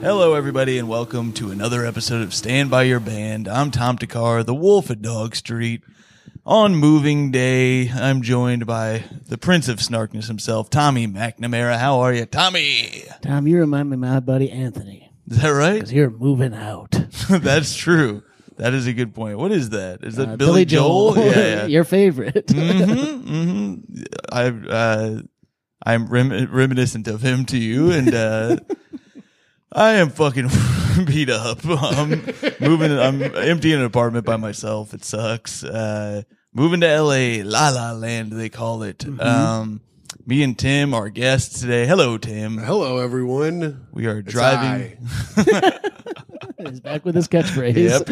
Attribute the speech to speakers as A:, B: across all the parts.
A: Hello, everybody, and welcome to another episode of Stand By Your Band. I'm Tom Takar, the Wolf at Dog Street. On moving day, I'm joined by the Prince of Snarkness himself, Tommy McNamara. How are you, Tommy?
B: Tom, you remind me of my buddy Anthony
A: Is that right?
B: because you're moving out.
A: That's true. That is a good point. What is that? Is that Uh, Billy, Joel? Yeah, Mm. yeah.
B: Uh, your favorite.
A: I, uh, I'm rem- reminiscent of him to you, and uh, I am fucking beat up. I'm moving. I'm emptying an apartment by myself. It sucks. Uh, moving to L.A. La La Land, they call it. Um, me and Tim, our guest today. Hello, Tim.
C: Hello, everyone.
A: We are driving.
B: He's back with his catchphrase.
A: Yep,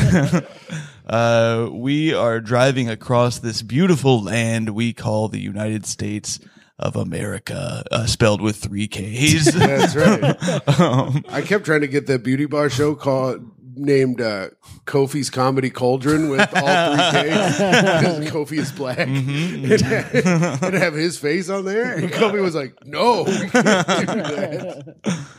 A: it's I. uh, we are driving across this beautiful land we call the United States of America, uh, spelled with three Ks.
C: That's right.
A: Um,
C: I kept trying to get that beauty bar show called named uh, Kofi's Comedy Cauldron with all three Ks. 'Cause Kofi is black.
A: Mm-hmm,
C: and, have, and have his face on there. And Kofi was like, "No, we can't do that.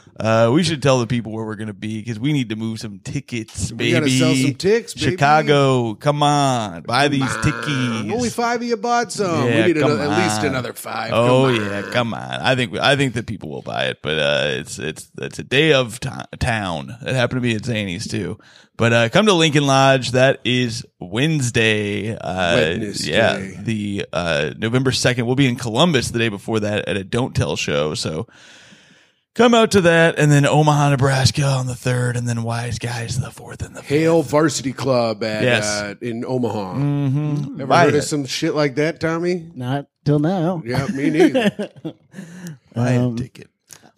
A: uh, we should tell the people where we're going to be because we need to move some tickets, baby.
C: We gotta sell some ticks, baby.
A: Chicago, come on, buy these
C: I'm
A: tickies.
C: Only five of you bought some.
A: Yeah,
C: we need
A: come
C: another, at least
A: on.
C: another five.
A: Oh
C: Come on.
A: yeah, come on. I think I think that people will buy it, but uh, it's it's it's a day of to- town. It happened to be at Zanies too. But uh, come to Lincoln Lodge. That is Wednesday. Uh,
C: Wednesday.
A: Yeah, the uh, November second. We'll be in Columbus the day before that at a Don't Tell show. So come out to that, and then Omaha, Nebraska on the third, and then Wise Guys the fourth and the fifth.
C: Hale Varsity Club at
A: Yes.
C: uh, in Omaha.
A: Mm-hmm.
C: Ever
A: Buy
C: heard
A: it.
C: of some shit like that, Tommy?
B: Not till now.
C: Yeah, me neither.
A: Buy a
B: Um,
A: ticket.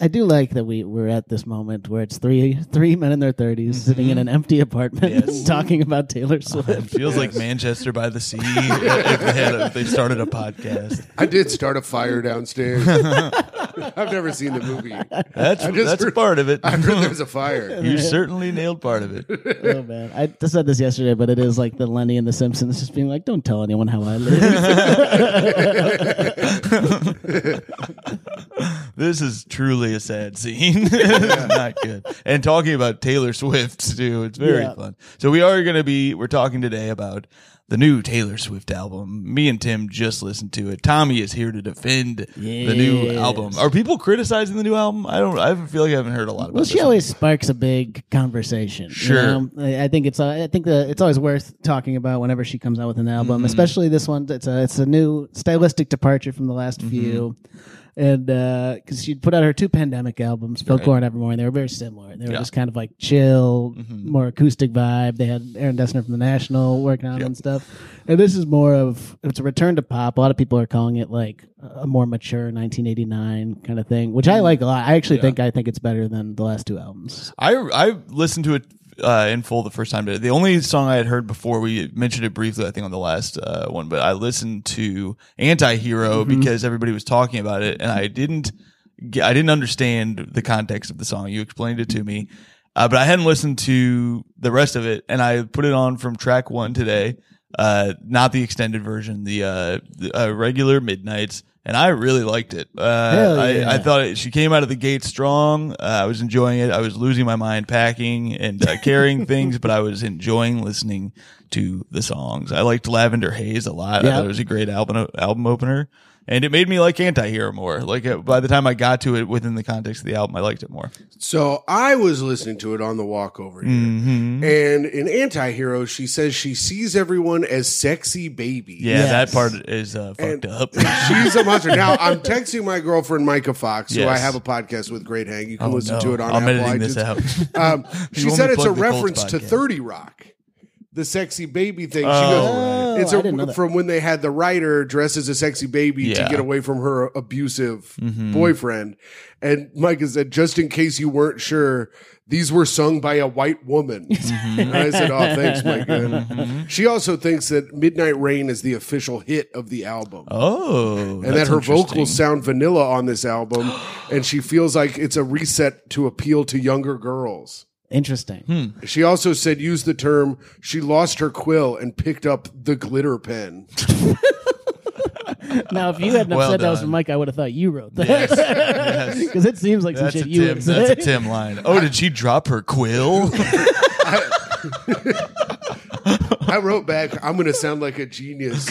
B: I do like that we we're at this moment where it's three three men in their 30s sitting in an empty apartment
A: Mm-hmm. Yes.
B: talking about Taylor
A: It
B: Swift.
A: feels like Manchester by the Sea. if, they had a- if they started a podcast.
C: I did start a fire downstairs. I've never seen the movie. I've
A: That's
C: just
A: that's
C: heard-
A: part of it.
C: heard there's a fire.
A: you certainly nailed part of it.
B: oh man, I just said this yesterday, but it is like the Lenny and the Simpsons just being like, "Don't tell anyone how I live."
A: This is truly a sad scene. Not good. And talking about Taylor Swift too, it's very
B: Yeah.
A: fun. So we are going to be we're talking today about the new Taylor Swift album. Me and Tim just listened to it. Tommy is here to defend the new
B: Yes.
A: album. Are people criticizing the new album? I don't. I feel like I haven't heard a lot about.
B: well,
A: this
B: she
A: one.
B: always sparks a big conversation. you
A: Sure.
B: know? I I think it's uh, I think the, it's always worth talking about whenever she comes out with an album, especially this one. It's a it's a new stylistic departure from the last few, and because she put out her two pandemic albums, Folklore and Evermore, and they were very similar. They were
A: Yeah.
B: just kind of like chill, more acoustic vibe. They had Aaron Dessner from the National working on it and stuff, and this is more of it's a return to pop. A lot of people are calling it like a more mature 1989 kind of thing, which I like a lot. I actually think I think it's better than the last two albums.
A: I I listened to it uh, in full the first time. today. The only song I had heard before we mentioned it briefly, I think, on the last uh, one, but I listened to Anti-Hero
B: Mm-hmm.
A: because everybody was talking about it, and I didn't get, I didn't understand the context of the song. You explained it to me, uh, but I hadn't listened to the rest of it, and I put it on from track one today. Uh, not the extended version, the, uh, the uh, regular midnights, and I really liked it. Uh,
B: Hell
A: I-
B: yeah.
A: I, thought thought it- she came out of the gate strong. Uh, I was enjoying it. I was losing my mind packing and uh, carrying things, but I was enjoying listening to the songs. I liked Lavender Haze a lot. I
B: Yeah.
A: thought it was a great album album opener. and it made me like anti-hero more. Like uh, by the time I got to it within the context of the album, I liked it more.
C: So I was listening to it on the walk over here.
A: Mm-hmm.
C: And in Anti Hero, she says she sees everyone as sexy babies.
A: Yeah, that
B: Yes.
A: part is uh, fucked up.
C: She's a monster. Now I'm texting my girlfriend Micah Fox, who I
A: Yes.
C: have a podcast with Great Hang. You can
A: Oh,
C: listen
A: no.
C: to it on
A: I'm
C: Apple
A: editing this
C: iTunes.
A: out.
C: Um, she
A: You
C: said
A: only
C: it's a
A: plugged the Colts
C: reference to
A: podcast.
C: 30 Rock, the sexy baby thing. she
A: Oh,
C: goes,
B: right.
C: it's
B: Oh, I didn't know
C: a,
B: that.
C: from when they had the writer dressed as a sexy baby to
A: Yeah.
C: get away from her abusive boyfriend. And Micah said, just in case you weren't sure, these were sung by a white woman. And I said, oh, thanks, Micah. She also thinks that Midnight Rain is the official hit of the album
A: oh,
C: and that
A: that's
C: her
A: interesting.
C: vocals sound vanilla on this album, and she feels like it's a reset to appeal to younger girls.
B: Interesting.
C: She also said, use the term, she lost her quill and picked up the glitter pen.
B: Now, if you hadn't have
A: Well
B: said that was
A: done.
B: from Mike, I would have thought you wrote that. Because it seems like some
A: That's a
B: shit you
A: Tim.
B: would say.
A: That's a Tim line. Oh, did she drop her quill?
C: I wrote back, I'm going to sound like a genius.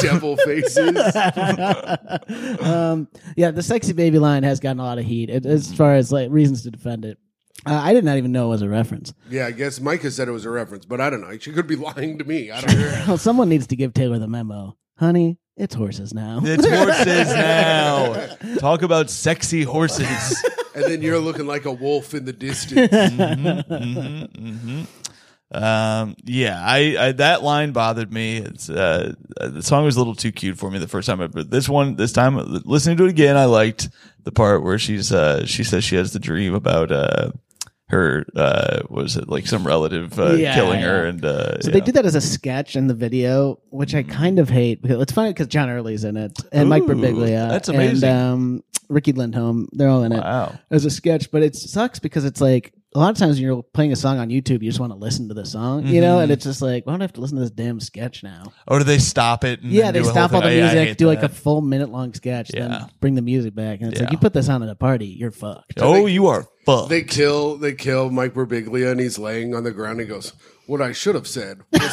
C: Devil faces.
B: Yeah, the sexy baby line has gotten a lot of heat it,
A: Mm-hmm.
B: as far as like reasons to defend it. Uh, I did not even know it was a reference.
C: Yeah, I guess Micah said it was a reference, but I don't know. She could be lying to me. I don't know.
B: Well, someone needs to give Taylor the memo, honey. It's horses now.
A: it's horses now. Talk about sexy horses.
C: And then you're looking like a wolf in the distance.
A: Um, yeah, I, I that line bothered me. It's uh, the song was a little too cute for me the first time, but this one, this time listening to it again, I liked the part where she's uh, she says she has the dream about uh, her uh, what was it like some relative uh,
B: Yeah,
A: killing her
B: yeah.
A: and uh,
B: So they did that as a sketch in the video, which I kind of hate. because It's funny because John Early's in it and Mike
A: Mm-hmm. Ooh,
B: Birbiglia.
A: that's amazing.
B: And um, Ricky Lindholm, they're all in it.
A: Wow.
B: As a sketch, but it sucks because it's like a lot of times when you're playing a song on YouTube, you just want to listen to the song, you know,
A: Mm-hmm.
B: and it's just like, why don't I have to listen to this damn sketch now?
A: or do they stop it? And then
B: yeah, they
A: do a whole
B: stop all the
A: thing? I- I
B: music,
A: hate
B: do like a
A: that.
B: full minute long sketch,
A: Yeah.
B: then bring the music back, and it's like
A: Yeah.
B: you put this on at a party, you're fucked.
A: oh, you are fucked.
C: They kill they kill Mike Birbiglia and he's laying on the ground and goes, What I should have said was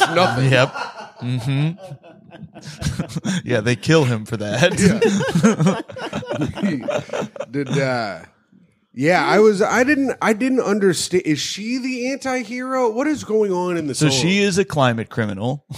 C: nothing.
A: Yep. hmm yeah, they kill him for that.
C: Did uh yeah, I was. I didn't. I didn't understand. Is she the anti-hero? What is going on in the?
A: So she is a climate criminal.
B: I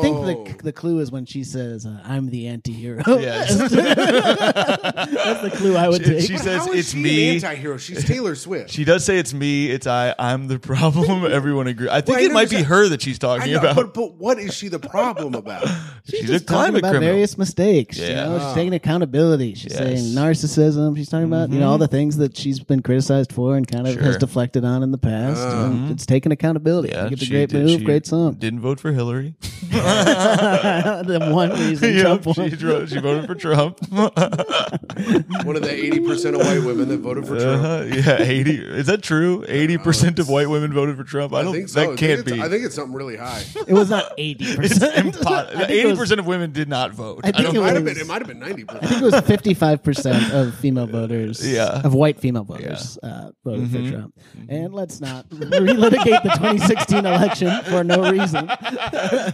B: think the the clue is when she says, uh, "I'm the anti-hero."
A: Yes.
B: That's the clue I would
A: She-
B: take.
A: she says
C: How is
A: it's
C: she
A: me.
C: An anti-hero. She's Taylor Swift.
A: She does say it's me, it's I, I'm the problem. Everyone agree. I think
C: Well, I
A: it might be
C: understand.
A: her that she's
C: I
A: talking
C: know,
A: about.
C: but but what is she the problem about?
A: she's
B: just
A: a
B: talking
A: climate
B: about
A: criminal.
B: various mistakes. You
A: Yeah.
B: know, she's taking accountability. She's
A: Yes. Mm-hmm.
B: saying narcissism. She's talking about you know all the things that she's been criticized for and kind of
A: Sure. Uh-huh.
B: has deflected on in the past. And It's taking accountability.
A: yeah,
B: I give a
A: she
B: great
A: did-
B: move,
A: she
B: great song.
A: Didn't vote for Hillary.
B: the one reason
A: Yeah,
B: Trump
A: she,
B: won.
A: dro- she voted for Trump. Uh-huh,
C: One of the eighty percent of white women that voted for Trump.
A: Uh, yeah, eighty. Is that true? Eighty percent of white women voted for Trump. I
C: I
A: don't.
C: think so. I
A: That
C: think
A: can't
C: it's-
A: be.
C: I think it's something really high.
B: It was not eighty percent.
A: Eighty percent of women did not vote.
B: I
A: I
B: think
A: don't.
B: it
C: Might
B: was.
C: have been. It might have been ninety
B: I think
C: percent.
B: it was fifty-five percent of female voters,
A: Yeah. Mm-hmm.
B: of white female voters, uh, voted for Trump. And let's not relitigate the 2016 election for no reason.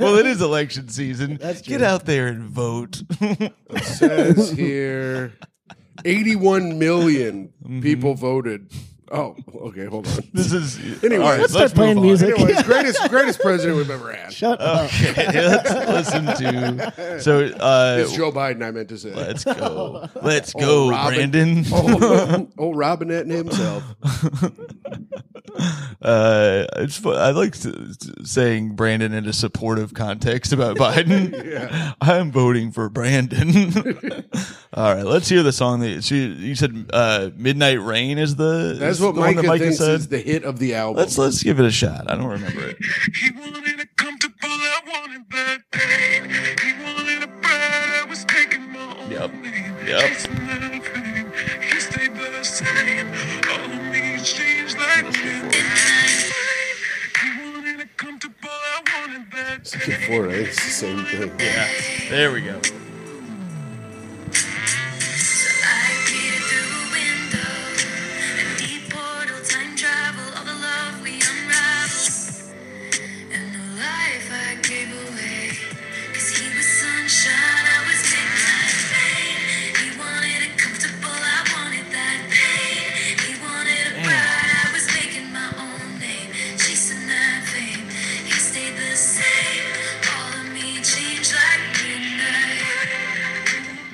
A: Well, it is election season.
B: That's
A: Get
B: true.
A: out there and vote.
C: Says here, eighty-one million people voted. Oh, okay. Hold on.
A: Mm-hmm. this is
C: Anyway,
A: All right,
C: let's
B: start
A: move
B: playing
A: on.
B: music.
C: Anyways, greatest greatest president we've ever had.
B: Shut up.
A: Okay, let's listen to. So uh,
C: It's Joe Biden. I meant to say.
A: let's go. Let's go,
C: Oh. Robin.
A: Brandon.
C: oh, old Robinette himself.
A: Uh, it's fu- I like s- s- saying Brandon in a supportive context about Biden. I'm voting for Brandon. All right, let's hear the song that she you said uh, Midnight Rain is the
C: That's
A: is
C: what
A: the one
C: Micah,
A: that Micah
C: thinks
A: said.
C: is the hit of the album.
A: let's let's give it a shot. I don't remember it.
D: He wanted a comfortable, I wanted that. He wanted a bride, I was taking my own.
A: Yep.
D: lead.
A: Yep.
D: It's nothing, he stayed the same. All of me changed like this. He wanted a comfortable, I wanted that.
C: Skip forward. I think oh, It's the same thing.
A: Yeah, there we go.
E: And the life I gave away, 'cause he was sunshine, I was midnight.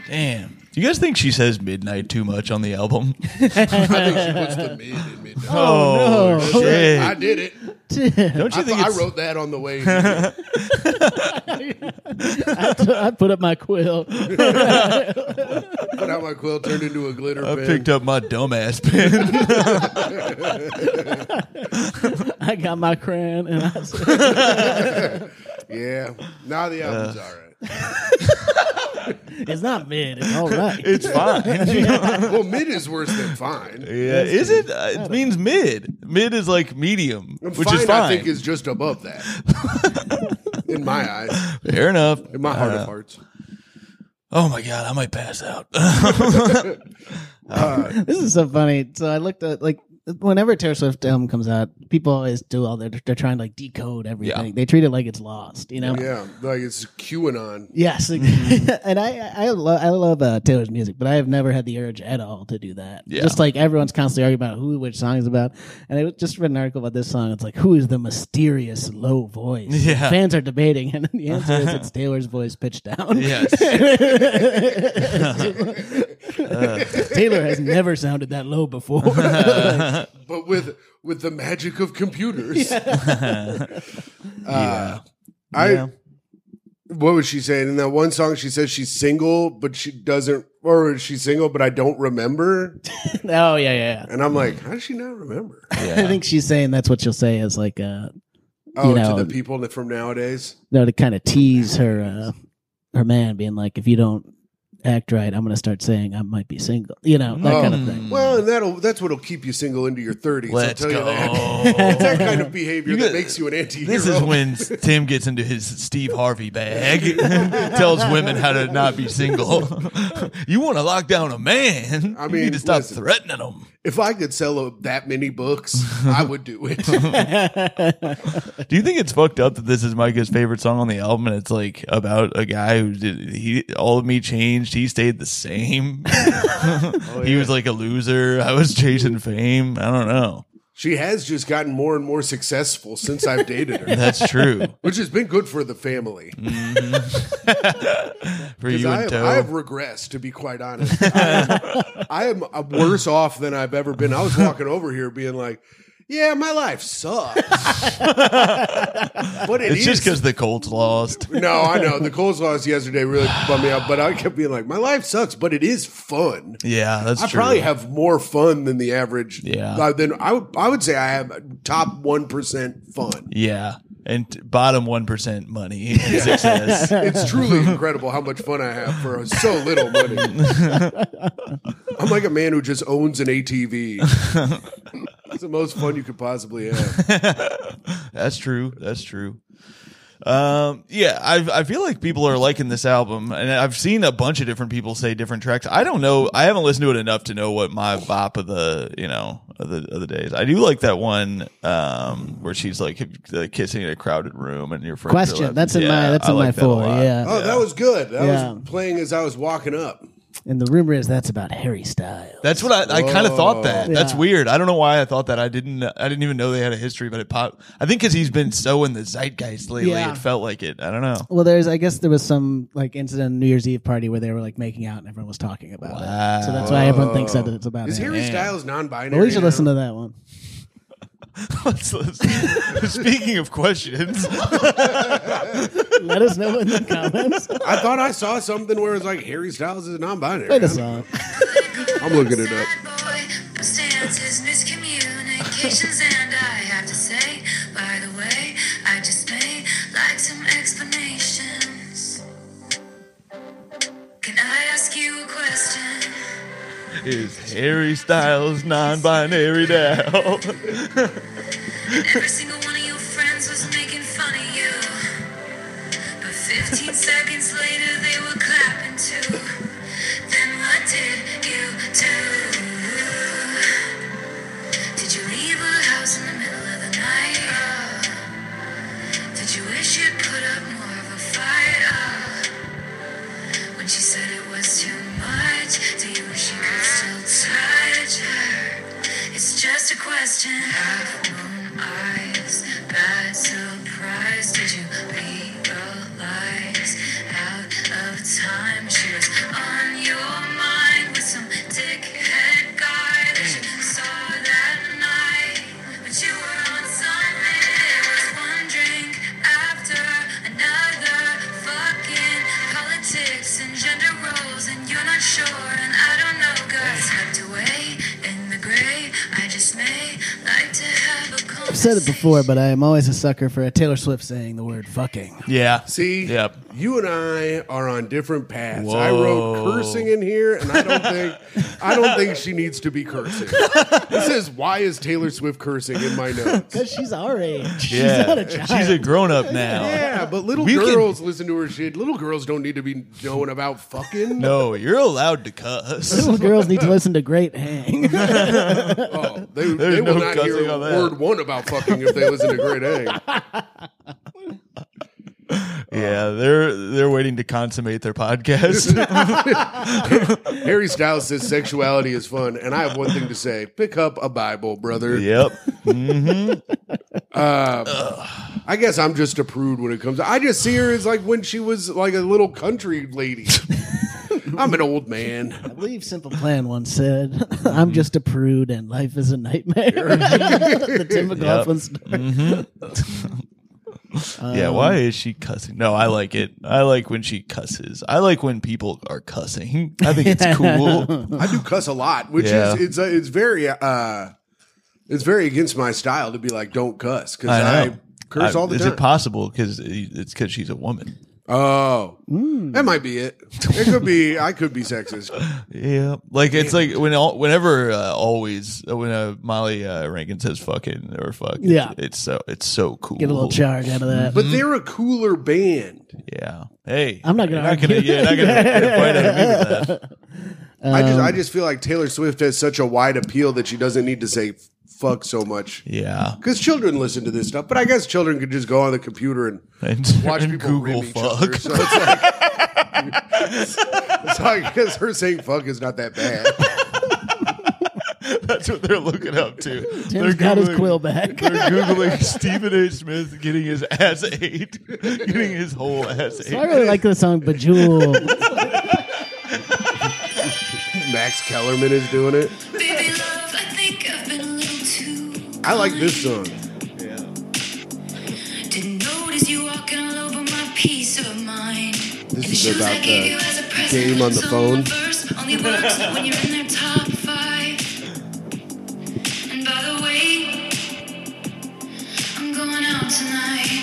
A: Damn. Do you guys think she says midnight too much on the album?
C: I think she puts the mid in midnight.
A: Oh,
B: no.
A: shit.
C: I did it.
A: Don't you
C: I,
A: think
C: thought- I
A: it's,
C: wrote that on the way. here.
B: I, t- I put up my quill.
C: Put out my quill, turned into a glitter
A: I
C: pen.
A: picked up my dumbass pen.
B: I got my crayon, and I said,
C: Yeah. Now the album's all right.
B: it's not mid. It's all right.
A: it's fine. yeah,
C: Well, mid is worse than fine.
A: is it? Uh, it means mid. Mid is like medium, which
C: fine,
A: is
C: I
A: fine.
C: think is just above that. in my eyes,
A: Fair enough.
C: in my heart
A: Uh,
C: of hearts.
A: Oh my god, I might pass out.
B: This is so funny. So I looked at like whenever a Taylor Swift album comes out, people always do all their they're trying to like decode everything.
A: Yeah.
B: They treat it like it's lost, you know.
C: Yeah, like it's QAnon.
B: Yes,
A: Mm-hmm.
B: and I I love I love uh, Taylor's music, but I have never had the urge at all to do that.
A: Yeah.
B: Just like everyone's constantly arguing about who which song is about, and I just read an article about this song. It's like who is the mysterious low voice?
A: Yeah.
B: fans are debating, and the answer is it's Taylor's voice pitched down.
A: Yes.
B: Taylor has never sounded that low before. Oh,
C: but with with the magic of computers. Uh, I
B: Yeah.
C: what was she saying in that one song? She says she's single, but she doesn't, or she's single, but I don't remember.
B: oh yeah, yeah. yeah.
C: And I'm like, how does she not remember?
B: I think she's saying that's what she'll say is like, uh,
C: Oh,
B: know-
C: to the people that from nowadays.
B: no, to kind of tease her, uh, her man, being like, if you don't act right, I'm gonna start saying I might be single, you know, that
A: Oh.
B: kind of thing.
C: Well, and that'll that's what'll keep you single into your 30s.
A: Let's
C: I'll tell you that.
A: go.
C: It's that kind of behavior
A: You
C: that
A: got-
C: makes you an anti-hero.
A: This is when Tim gets into his Steve Harvey bag, tells women how to not be single. you want to lock down a man?
C: I
A: you
C: mean,
A: need to stop
C: listen.
A: threatening him.
C: if I could sell uh, that many books, I would do it.
A: Do you think it's fucked up that this is Micah's favorite song on the album, and it's like about a guy who did he all of me changed, he stayed the same. He was like a loser. I was chasing fame. I don't know.
C: she has just gotten more and more successful since I've dated her.
A: That's true
C: which has been good for the family.
A: for
C: 'Cause
A: you
C: I,
A: and
C: have,
A: Toe.
C: I have regressed, to be quite honest. I, I am uh, worse off than I've ever been. I was walking over here being like, yeah, my life sucks. but it
A: it's just
C: is-
A: because the Colts lost.
C: No, I know. The Coles loss yesterday really bummed me out, but I kept being like, my life sucks, but it is fun.
A: Yeah, that's
C: I
A: true.
C: probably have more fun than the average.
A: Yeah.
C: Uh, then I would, I would say I have top 1% fun.
A: yeah, and t- bottom one percent money and success.
C: It's truly incredible how much fun I have for so little money. I'm like a man who just owns an ATV. it's the most fun you could possibly have.
A: That's true. That's true. Um, yeah, I I feel like people are liking this album, and I've seen a bunch of different people say different tracks. I don't know. I haven't listened to it enough to know what my bop of the you know of the of the days. I do like that one um where she's like, uh, kissing in a crowded room, and your friend.
B: Question. That's in my that's in my four. Yeah,
C: Oh, that was good. That
B: Yeah.
C: was playing as I was walking up.
B: and the rumor is that's about Harry Styles.
A: That's what I, I kind of thought that. That's
B: Yeah.
A: weird. I don't know why I thought that. I didn't. I didn't even know they had a history, but it popped. I think because he's been so in the zeitgeist lately,
B: Yeah.
A: it felt like it. I don't know.
B: Well, there's I guess there was some like incident on New Year's Eve party where they were like making out and everyone was talking about it. So that's why everyone thinks that it's about
C: Is
B: him.
C: Harry Styles non-binary?
B: Well, we should
C: now?
B: listen to that one.
A: Let's listen. Speaking of questions,
B: Let us know in the comments.
C: I thought I saw something where it's like Harry Styles is non-binary.
B: Play the song.
C: I'm looking it up.
D: Circumstances, miscommunications, and I have to say, by the way, I just may like some explanations. Can I ask you a question?
A: is Harry Styles non-binary now?
D: Every single one of your friends was making fun of you. But 15 seconds later, they were clapping too. Then what did you do? Did you leave her house in the middle of the night? Oh. Did you wish you'd put up more of a fight? Oh. When she said it was too much, do you wish you could still touch her? It's just a question. Half moon eyes, bad surprise. Did you realize out
B: said it before, but I am always a sucker for a Taylor Swift saying the word fucking.
A: Yeah.
C: See,
A: Yep.
C: you and I are on different paths.
A: Whoa.
C: I wrote cursing in here, and I don't think I don't think she needs to be cursing. This is why is Taylor Swift cursing in my notes?
B: Because she's our age. She's
A: Yeah.
B: not a child.
A: She's a grown up now.
C: Yeah, but little
A: We can-
C: girls listen to her shit. Little girls don't need to be knowing about fucking.
A: No, you're allowed to cuss.
B: Little girls need to listen to Great Hang.
C: Oh, they, they will
A: no
C: not hear
A: cussing on that.
C: word one about fucking if they listen to Great Egg.
A: Yeah, they're they're waiting to consummate their podcast.
C: Harry Styles says sexuality is fun, and I have one thing to say: pick up a Bible, brother.
A: yep.
C: I guess I'm just a prude when it comes. I just see her as like when she was like a little country lady. I'm an old
B: I
C: man.
B: believe Simple Plan once said,
A: Mm-hmm.
B: I'm just a prude and life is a nightmare. the Tim McLaughlin story.
A: yeah, why is she cussing? No, I like it. I like when she cusses. I like when people are cussing. I think it's cool.
C: I do cuss a lot, which
A: Yeah.
C: is it's uh, it's very uh it's very against my style to be like don't cuss because I,
A: I know.
C: curse
A: I-
C: all the
A: is
C: time.
A: it possible? Because it's because she's a woman.
C: oh, that might be it. It could be. I could be sexist.
A: Yeah, like it's like when all, whenever uh, always uh, when uh, Molly uh, Rankin says "fucking" or "fuck," it's-
B: Yeah.
A: it's, so it's so cool.
B: Get a little charge out of that.
A: Mm-hmm.
C: But they're a cooler band.
A: Yeah. Hey,
B: I'm not gonna
A: you're
B: argue.
A: yeah, not gonna get a fight out of me with that.
C: I just
A: Um.
C: I just feel like Taylor Swift has such a wide appeal that she doesn't need to say fuck so much.
A: Yeah.
C: Because children listen to this stuff, but I guess children could just go on the computer and
A: And,
C: watch
A: and
C: people
A: Google
C: rib each other.
A: "fuck."
C: So it's like, so I guess her saying "fuck" is not that bad.
A: That's what they're looking up to.
B: Tim's
A: they're
B: got his
A: Googling-
B: quill back.
A: They're googling Stephen A. Smith getting his ass ate, getting his whole ass
B: I
A: ate.
B: really like the song Bejeweled.
C: Max Kellerman is doing it.
D: Baby love, I think I've been a little too.
C: I like
D: kind.
C: this song.
D: Didn't notice you walking all over my peace of mind.
C: This
D: And
C: is
D: shoes I
C: about
D: gave
C: the
D: you as a present,
C: game on the
D: so
C: phone.
D: first only works when you're in their top five. And by the way, I'm going out tonight.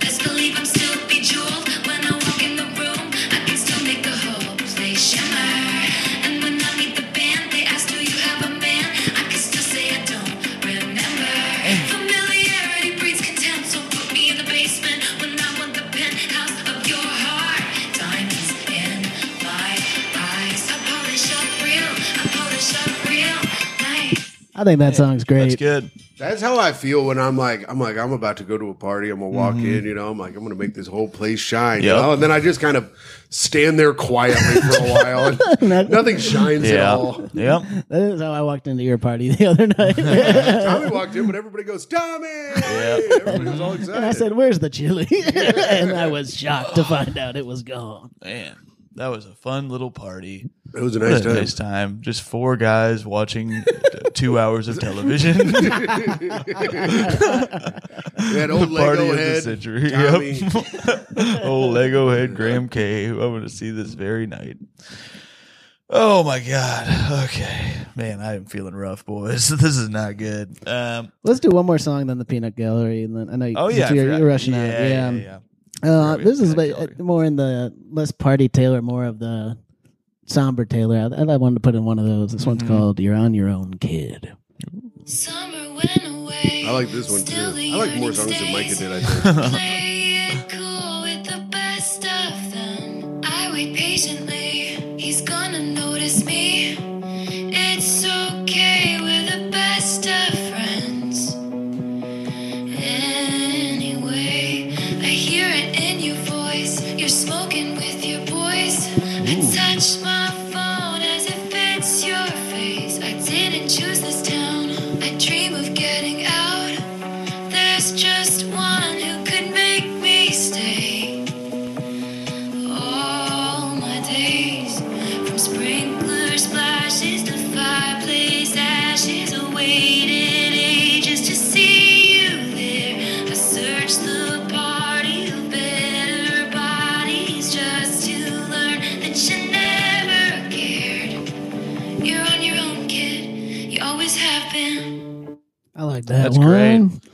D: Best believe I'm still bejeweled when I walk in the room. I can still make the whole place shimmer. And when I meet the band, they ask, Do you have a man? I can still say I don't remember. Familiarity breeds contempt, so put me in the basement when I want the penthouse of your heart. Diamonds in my eyes. I polish up real, I polish up real nice.
B: I think that song's
A: That's
B: great.
A: good.
C: That's how I feel when I'm like, I'm like, I'm about to go to a party. I'm gonna walk in, you know. I'm like, I'm gonna make this whole place shine. You
A: Mm-hmm. Yep.
C: know? And then I just kind of stand there quietly for a while. And nothing shines at all.
A: Yep.
B: That is how I walked into your party the other night.
C: Tommy walked in, but everybody goes, Tommy. Everybody was all excited.
B: I said, Where's the chili? and I was shocked to find out it was gone.
A: Man, that was a fun little party.
C: it was a
A: What
C: nice
A: a
C: time.
A: nice time. Just four guys watching two hours of television.
C: We had old
A: party
C: Lego
A: of the
C: head.
A: century.
C: Tommy.
A: Yep. oh, Lego head Graham K. I want to see this very night. Oh my God. Okay. Man, I am feeling rough, boys. This is not good. Um,
B: Let's do one more song, then the Peanut Gallery, and then I know you-
A: oh, yeah. I
B: you're,
A: forgot.
B: you're rushing
A: yeah,
B: out.
A: Yeah.
B: yeah.
A: yeah.
B: Uh,
A: Right,
B: this is
A: Peanut
B: like
A: Gallery.
B: more in the less party Taylor, more of the somber Taylor. I, I wanted to put in one of those. This
A: Mm-hmm.
B: one's called "You're on Your Own, Kid."
D: Summer went away.
C: I like this one too.
D: Still the
C: I like more
D: yearning
C: songs than Micah
D: stays.
C: did. I think.
D: Play it cool with the best of them. I wait patiently. He's gonna notice me. It's okay. We're the best of friends. Anyway, I hear it in your voice. You're smoking with your boys. I touch my phone as it fits your face. I didn't choose this town. I dream of getting out. There's just one who could make me stay. All my days, from sprinkler splashes to fireplace ashes, I waited ages to see you there. I searched the party of better bodies just to learn that you never
B: I like that.
A: That's
B: one.
A: great.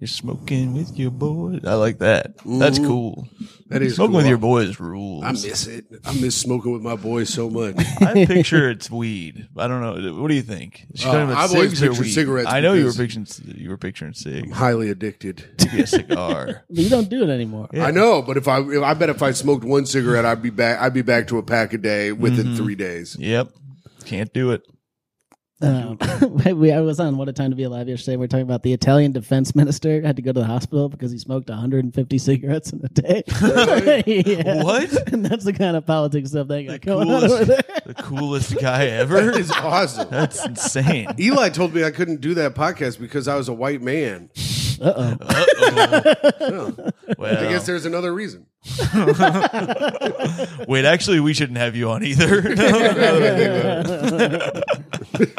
A: You're smoking with your boys. I like that. That's cool.
C: That is
A: smoking
C: cool.
A: with your boys rules.
C: I miss it. I miss smoking with my boys so much.
A: I picture it's weed. I don't know. What do you think? She's talking about
C: Uh, I've always
A: cigs or
C: pictured
A: weed?
C: cigarettes
A: I know you were
C: because-
A: picturing you were picturing cigs.
C: Highly addicted.
A: Maybe a cigar.
B: But you don't do it anymore.
A: Yeah.
C: I know, but if I, if- I bet if I smoked one cigarette, I'd be back. I'd be back to a pack a day within three days.
A: yep. Can't do it.
B: Um, we, I was on What a Time to Be Alive yesterday. We are talking about the Italian defense minister had to go to the hospital because he smoked 150 cigarettes in a day. Yeah.
A: What?
B: And that's the kind of politics stuff they got going on over
A: Coolest,
B: there.
A: the coolest guy ever.
C: That is awesome.
A: That's insane.
C: Eli told me I couldn't do that podcast because I was a white man.
A: Well,
C: I guess there's another reason.
A: wait, actually, we shouldn't have you on either. Now that I think about it.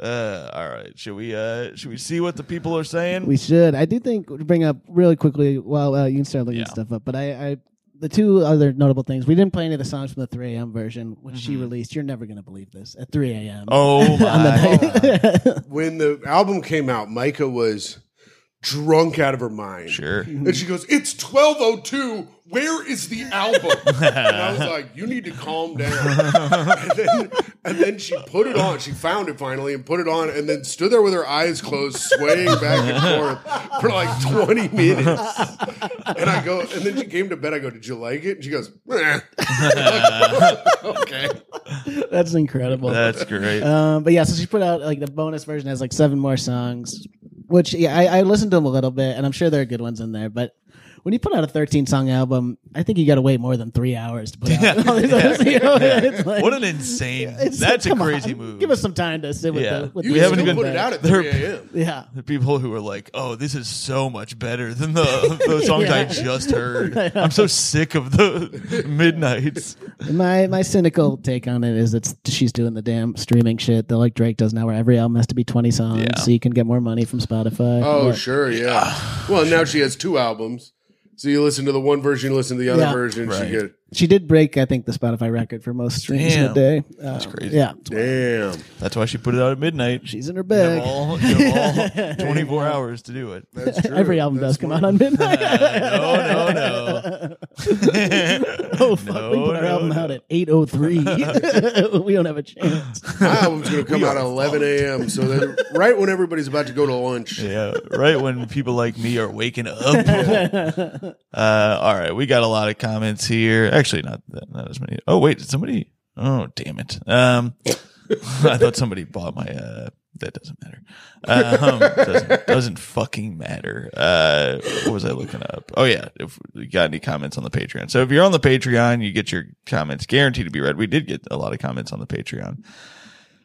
A: uh, all right. Should we? Uh, should we see what the people are saying?
B: We should. I do think to bring up really quickly. Well, uh, you can start looking
A: Yeah.
B: stuff up. But I, I, the two other notable things. We didn't play any of the songs from the 3 a.m. version, which she released. You're never gonna believe this at 3 a.m.
A: Mm-hmm. oh my!
C: When the album came out, Micah was drunk out of her mind.
A: Sure.
C: And she goes, It's 1202. Where is the album? and I was like, You need to calm down. and, then, and then she put it on. She found it finally and put it on and then stood there with her eyes closed, swaying back and forth for like 20 minutes. And I go, and then she came to bed. I go, Did you like it? And she goes, "Meh." Okay.
B: That's incredible.
A: That's great.
B: Um, but yeah, so she put out like the bonus version has like seven more songs, which yeah, I, I listened to them a little bit, and I'm sure there are good ones in there. But when you put out a 13 song album, I think you got to wait more than three hours to put out. all these others, you know? It's like-
A: what an insane!
B: it's like,
A: That's a
B: come on,
A: crazy move.
B: Give us some time to sit with
A: Yeah.
B: the. With
C: You
B: the
C: we haven't
A: even-
C: put it out at
A: They're-
C: 3 a.m.
B: Yeah,
A: the people who are like, "Oh, this is so much better than the, the songs I
B: Yeah.
A: just heard." I'm so sick of the midnights.
B: my my cynical take on it is it's she's doing the damn streaming shit that like Drake does now, where every album has to be 20 songs,
A: Yeah.
B: so you can get more money from Spotify.
C: Oh,
B: Or-
C: sure, yeah. Well, now she has two albums. So you listen to the one version, you listen to the other
B: Yeah.
C: version.
A: Right.
C: She get
B: she did break, I think, the Spotify record for most streams in a
A: Damn.
B: day. That's
A: crazy.
B: Yeah,
C: damn.
A: That's why she put it out at midnight.
B: she's in her
A: You have
B: bag.
A: all, you have all 24 hours to do it.
C: That's true.
B: Every album does come out on midnight.
A: No, no, no.
B: oh fuck, we
A: No,
B: put our
A: no,
B: album out at eight oh three. We don't have a chance.
C: My album's gonna come out at 11 a.m. So that right when everybody's about to go to lunch.
A: Yeah, right when people like me are waking up. Uh, all right, we got a lot of comments here. Actually, not that, not as many. Oh wait, did somebody? Oh damn it! Um, I thought somebody bought my. Uh, that doesn't matter. Um, doesn't, doesn't fucking matter. Uh, what was I looking up? Oh yeah, if you got any comments on the Patreon. So if you're on the Patreon, you get your comments guaranteed to be read. We did get a lot of comments on the Patreon.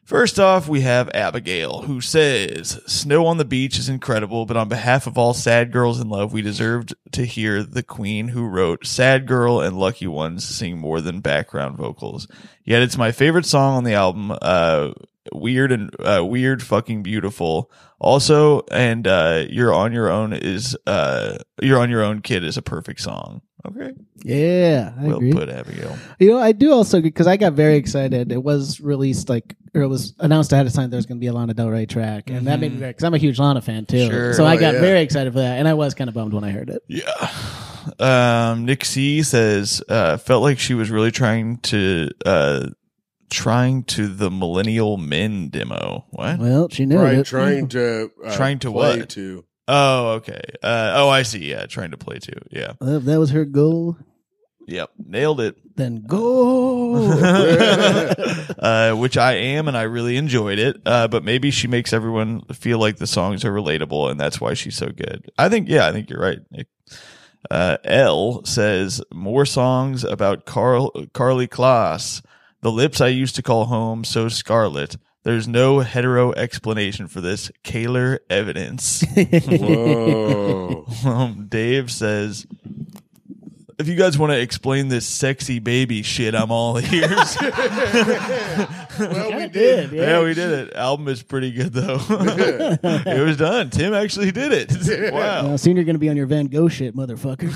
A: First off, we have Abigail, who says, Snow on the beach is incredible, but on behalf of all sad girls in love, we deserved to hear the queen who wrote Sad Girl and Lucky Ones sing more than background vocals. Yet it's my favorite song on the album, uh, Weird and uh, Weird Fucking Beautiful. Also, and uh, You're on Your Own is, uh, You're on Your Own Kid is a perfect song. Okay.
B: Yeah, I
A: well
B: agree.
A: put, Abigail.
B: You know, I do also because I got very excited. It was released like, or it was announced ahead of time there was going to be a Lana Del Rey track, and that made me very because I'm a huge Lana fan too.
A: Mm-hmm. Sure.
B: So I
C: Oh,
B: got
C: yeah.
B: very excited for that, and I was kind of bummed when I heard it.
A: Yeah. Um, Nick C says, uh, felt like she was really trying to, uh, trying to the millennial men demo. What?
B: Well, she knew
C: Right,
B: it.
C: trying to uh,
A: Trying to
C: play
A: what?
C: To
A: Oh, okay. Uh, oh, I see. Yeah. Trying to play too. Yeah.
B: Well, if that was her goal,
A: Yep. Nailed it.
B: then go.
A: uh, which I am, and I really enjoyed it. Uh, but maybe she makes everyone feel like the songs are relatable, and that's why she's so good. I think, yeah, I think you're right, Nick. Uh, L says more songs about Carl Carly Kloss. The lips I used to call home, so scarlet. There's no hetero explanation for this. Kaler evidence.
C: whoa.
A: Um, Dave says, if you guys want to explain this sexy baby shit, I'm all ears.
C: Well, we
B: Kinda
C: did.
A: Yeah, we did it. Album is pretty good though. it was done. Tim actually did it. Wow.
B: Now, soon Uh, you're going to be on your Van Gogh shit, motherfucker.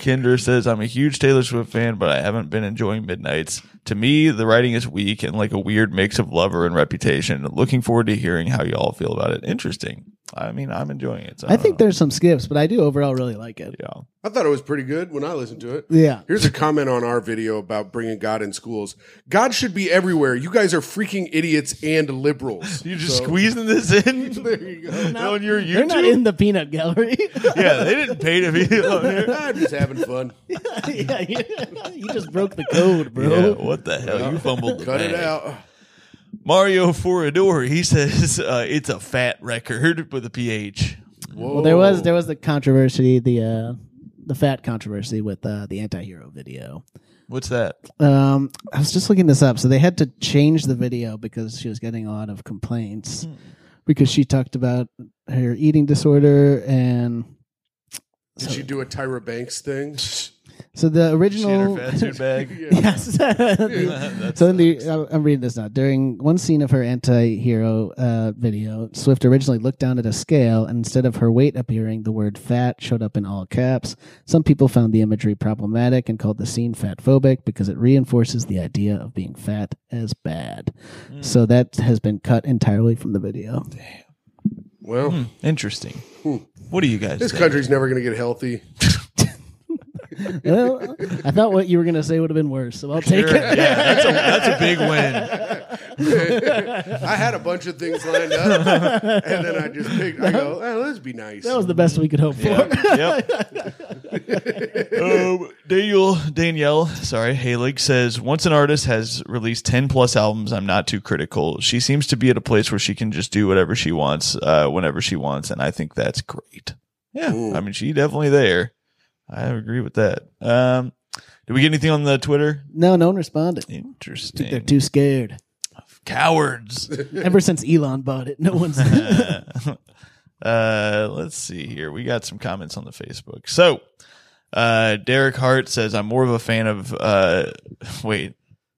A: Kendra says, I'm a huge Taylor Swift fan, but I haven't been enjoying Midnights. To me, the writing is weak and like a weird mix of lover and reputation. Looking forward to hearing how you all feel about it. Interesting. I mean, I'm enjoying it. So
B: I think there's some skips, but I do overall really like it.
A: yeah.
C: I thought it was pretty good when I listened to it.
B: Yeah.
C: Here's a comment on our video about bringing God in schools. God should be everywhere. You guys are freaking idiots and liberals.
A: You're just squeezing this in
C: There you go.
A: on your
B: They're not
A: YouTube.
B: in the peanut gallery.
A: yeah, they didn't pay to be on here.
C: I'm just having fun.
B: yeah, you, you just broke the code, bro.
A: Yeah, what the hell? You fumbled. the
C: Cut it
A: bag.
C: out.
A: Mario Forador. He says uh, it's a fat record with a ph.
C: Whoa.
B: Well, there was there was the controversy, the uh, the fat controversy with uh, the anti-hero video.
A: What's that?
B: Um, I was just looking this up. So they had to change the video because she was getting a lot of complaints because she talked about her eating disorder and
C: Did she do a Tyra Banks thing?
B: so the
A: She in her
B: original
A: fat suit bag.
B: Yes. so in the I'm- I'm reading this now. During one scene of her anti-hero uh, video, Swift originally looked down at a scale, and instead of her weight appearing, the word "fat" showed up in all caps. Some people found the imagery problematic and called the scene fatphobic because it reinforces the idea of being fat as bad. So that has been cut entirely from the video.
C: Well,
B: Hmm.
A: Interesting. What do you guys?
C: this
A: think?
C: country's never going to get healthy.
B: well, I thought what you were going to say would have been worse, so I'll take
A: Sure.
B: it.
A: Yeah, that's a, that's a big win.
C: I had a bunch of things lined up, and then I just picked. I go, oh, let's be nice.
B: That was the best we could hope for.
A: Yep. um, Daniel Danielle, sorry, Halig says once an artist has released ten plus albums, I'm not too critical. She seems to be at a place where she can just do whatever she wants, uh, whenever she wants, and I think that's great. Yeah, I mean, she definitely there. I agree with that. Um, did we get anything on the Twitter?
B: No, no one responded. They're
A: Interesting.
B: too scared.
A: Cowards.
B: Ever since Elon bought it, no one's.
A: Uh, let's see here. We got some comments on the Facebook. So, uh, Derek Hart says, I'm more of a fan of, uh, wait,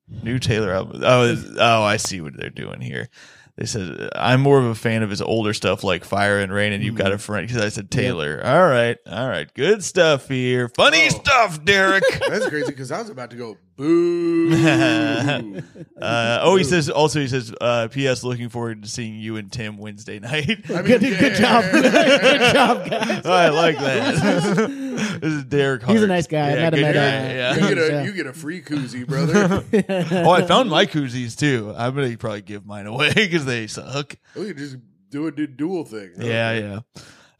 A: new Taylor album. Oh, is- oh, I see what they're doing here. They said, I'm more of a fan of his older stuff like Fire and Rain and You've Got a Friend. Cause I said, Taylor. All right. All right. Good stuff here. Funny stuff, Derek.
C: That's crazy because I was about to go boo.
A: Uh, oh, he says, also, he says, uh, P.S. looking forward to seeing you and Tim Wednesday night.
B: good, good job. good job, guys.
A: Oh, I like that. this is Derek Hart.
B: He's a nice guy. I
A: Yeah,
B: met him
A: good
B: at,
A: guy,
B: uh,
A: yeah.
C: you get a
B: Yeah.
C: you get a free koozie, brother.
A: Oh, I found my koozies too. I'm gonna probably give mine away because they suck.
C: we could just do a du- dual thing.
A: Yeah, yeah.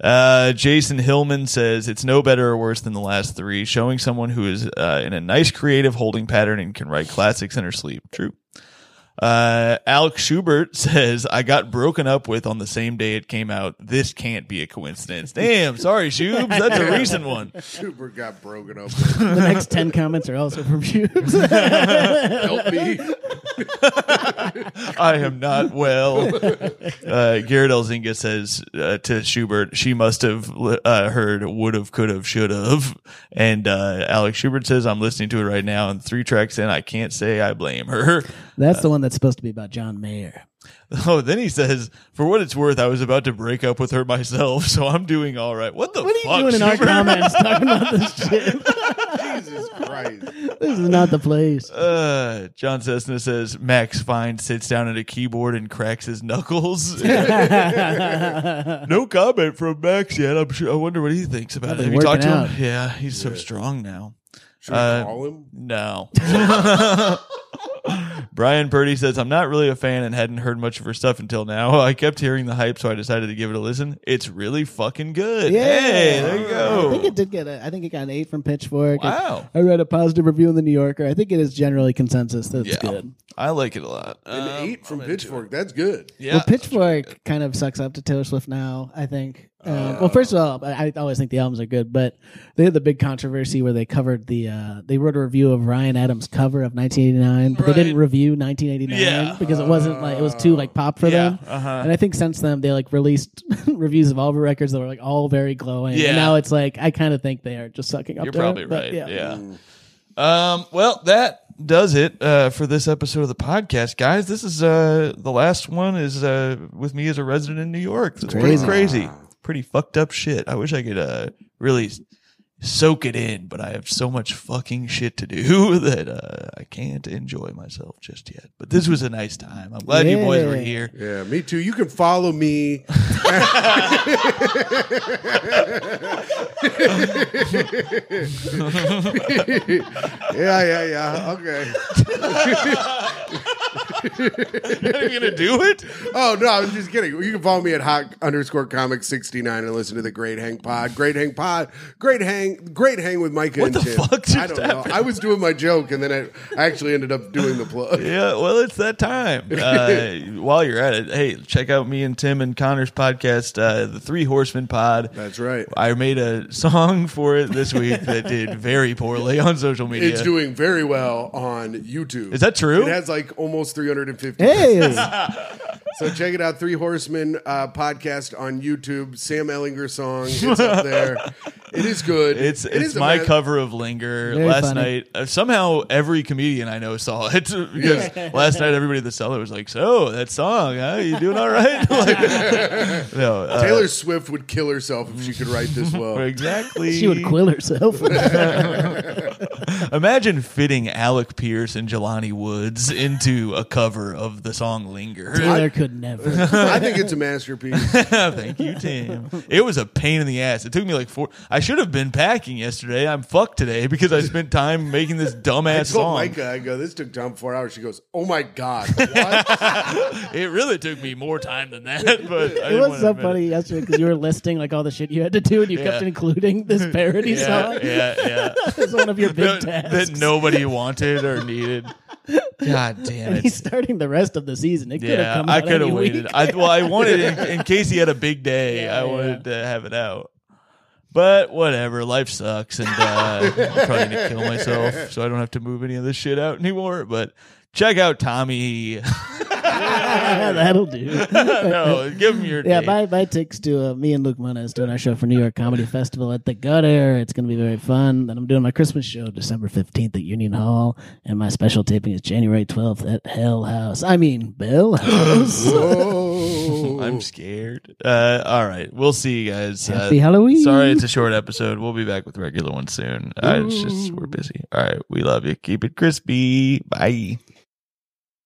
A: Uh, Jason Hillman says it's no better or worse than the last three, showing someone who is uh, in a nice creative holding pattern and can write classics in her sleep. True. Uh, Alex Schubert says I got broken up with on the same day it came out. This can't be a coincidence. Damn, sorry, Shubes. That's a recent one.
C: Super got broken up.
B: The next 10 comments are also from you.
C: Help me.
A: I am not well. Uh, Garrett Elzinga says uh, to Schubert, she must have uh, heard would have, could have, should have. And uh, Alex Schubert says, I'm listening to it right now, and three tracks in, I can't say I blame her.
B: That's the one that's supposed to be about John Mayer.
A: Oh, then he says, for what it's worth, I was about to break up with her myself, so I'm doing all right. What the
B: What are you
A: fuck?
B: doing in our
A: Schubert?
B: comments talking about this shit?
C: Jesus Christ.
B: This is not the place.
A: Uh, John Cessna says Max Fine sits down at a keyboard and cracks his knuckles. no comment from Max yet. I'm sure. I wonder what he thinks about it.
B: Probably
A: Have you talked to
B: working
A: him? Yeah, he's so strong now.
C: Should we
A: Uh,
C: call him?
A: No. Brian Purdy says I'm not really a fan and hadn't heard much of her stuff until now. I kept hearing the hype, so I decided to give it a listen. It's really fucking good.
B: Yeah.
A: Hey, there you
B: I think
A: go.
B: it did get a, I think it got an 8 from Pitchfork.
A: Wow.
B: I read a positive review in the New Yorker. I think it is generally consensus that it's
A: Yeah.
B: good.
A: I like it a lot.
C: An
A: Um,
C: eight from
A: I'm into it.
C: Pitchfork. That's good.
A: Yeah.
B: well, Pitchfork kind of sucks up to Taylor Swift now. I think. Um,
A: Uh,
B: well, first of all, I, I always think the albums are good, but they had the big controversy where they covered the uh, they wrote a review of Ryan Adams' cover of 1989, but they didn't
A: Right.
B: review 1989
A: Yeah.
B: because it wasn't like it was too like pop for
A: Yeah,
B: them.
A: uh-huh.
B: And I think since then they like released reviews of all of her records that were like all very glowing.
A: Yeah.
B: And now it's like I kind of think they are just sucking up.
A: You're
B: to her,
A: probably
B: but
A: right. Yeah. Um, well, that does it uh, for this episode of the podcast, guys. This is uh, the last one. Is uh, with me as a resident in New York. It's pretty
B: Crazy.
A: crazy, pretty fucked up shit. I wish I could uh, really soak it in, but I have so much fucking shit to do that uh, I can't enjoy myself just yet. But this was a nice time. I'm glad you boys were
B: Yeah.
A: here.
C: Yeah, me too. You can follow me. yeah, yeah, yeah. Okay.
A: Are you gonna do it?
C: Oh no, I was just kidding. You can follow me at hot underscore comic sixty nine and listen to the Great Hang Pod. Great Hang Pod. Great Hang. Great Hang with Micah
A: What
C: and
A: the
C: Tim.
A: fuck just
C: I don't
A: happened?
C: know. I was doing my joke and then I, I actually ended up doing the plug.
A: Yeah, well, it's that time. Uh, while you're at it, hey, check out me and Tim and Connor's podcast, uh, the Three Horsemen Pod.
C: That's right.
A: I made a song for it this week that did very poorly on social media.
C: It's doing very well on YouTube.
A: Is that true?
C: It has like almost 350.
B: Hey,
C: So check it out, Three Horsemen uh, podcast on YouTube. Sam Ellinger song. It's up there. It is good.
A: It's
C: It
A: it's
C: is a
A: my
C: ma-
A: cover of Linger
B: Very
A: last
B: funny.
A: night. Uh, somehow every comedian I know saw it because last night everybody at the cellar was like, "So that song, huh? You doing all right?" Like, no, uh,
C: Taylor Swift would kill herself if she could write this well.
A: exactly.
B: she would quill herself.
A: Imagine fitting Alec Pierce and Jelani Woods into a cover of the song "Linger."
B: Taylor could never.
C: I think it's a masterpiece.
A: Thank you, Tim. It was a pain in the ass. It took me like four. I should have been packing yesterday. I'm fucked today because I spent time making this
C: I
A: dumbass
C: told
A: song.
C: Micah, I go, this took Tom four hours. She goes, oh my God. What?
A: It really took me more time than that, but I
B: It
A: didn't
B: was
A: wanna
B: so
A: admit
B: funny yesterday because you were listing like all the shit you had to do, and you kept
A: Yeah.
B: including this parody
A: Yeah,
B: song
A: yeah, yeah.
B: as one of your
A: that,
B: big tasks.
A: that nobody wanted or needed. God damn
B: and he's
A: it.
B: starting the rest of the season. It could have
A: Yeah,
B: come.
A: I
B: out
A: could have
B: any
A: waited.
B: week.
A: I, well, I wanted in, in case he had a big day.
B: Yeah,
A: I wanted to have it out. But whatever, life sucks, and uh, I'm trying to kill myself so I don't have to move any of this shit out anymore. But check out Tommy.
B: That'll do.
A: no, give him your
B: Yeah,
A: date.
B: my, my tickets to uh, me and Luke Moniz doing our show for New York Comedy Festival at the Gutter. It's going to be very fun. Then I'm doing my Christmas show December 15th at Union Hall. And my special taping is January 12th at Hell House. I mean, Bell House.
C: oh.
A: I'm scared. Uh, all right, we'll see you guys. Uh,
B: Happy Halloween.
A: Sorry, it's a short episode. We'll be back with regular ones soon. Uh, it's just we're busy. All right, we love you. Keep it crispy. Bye.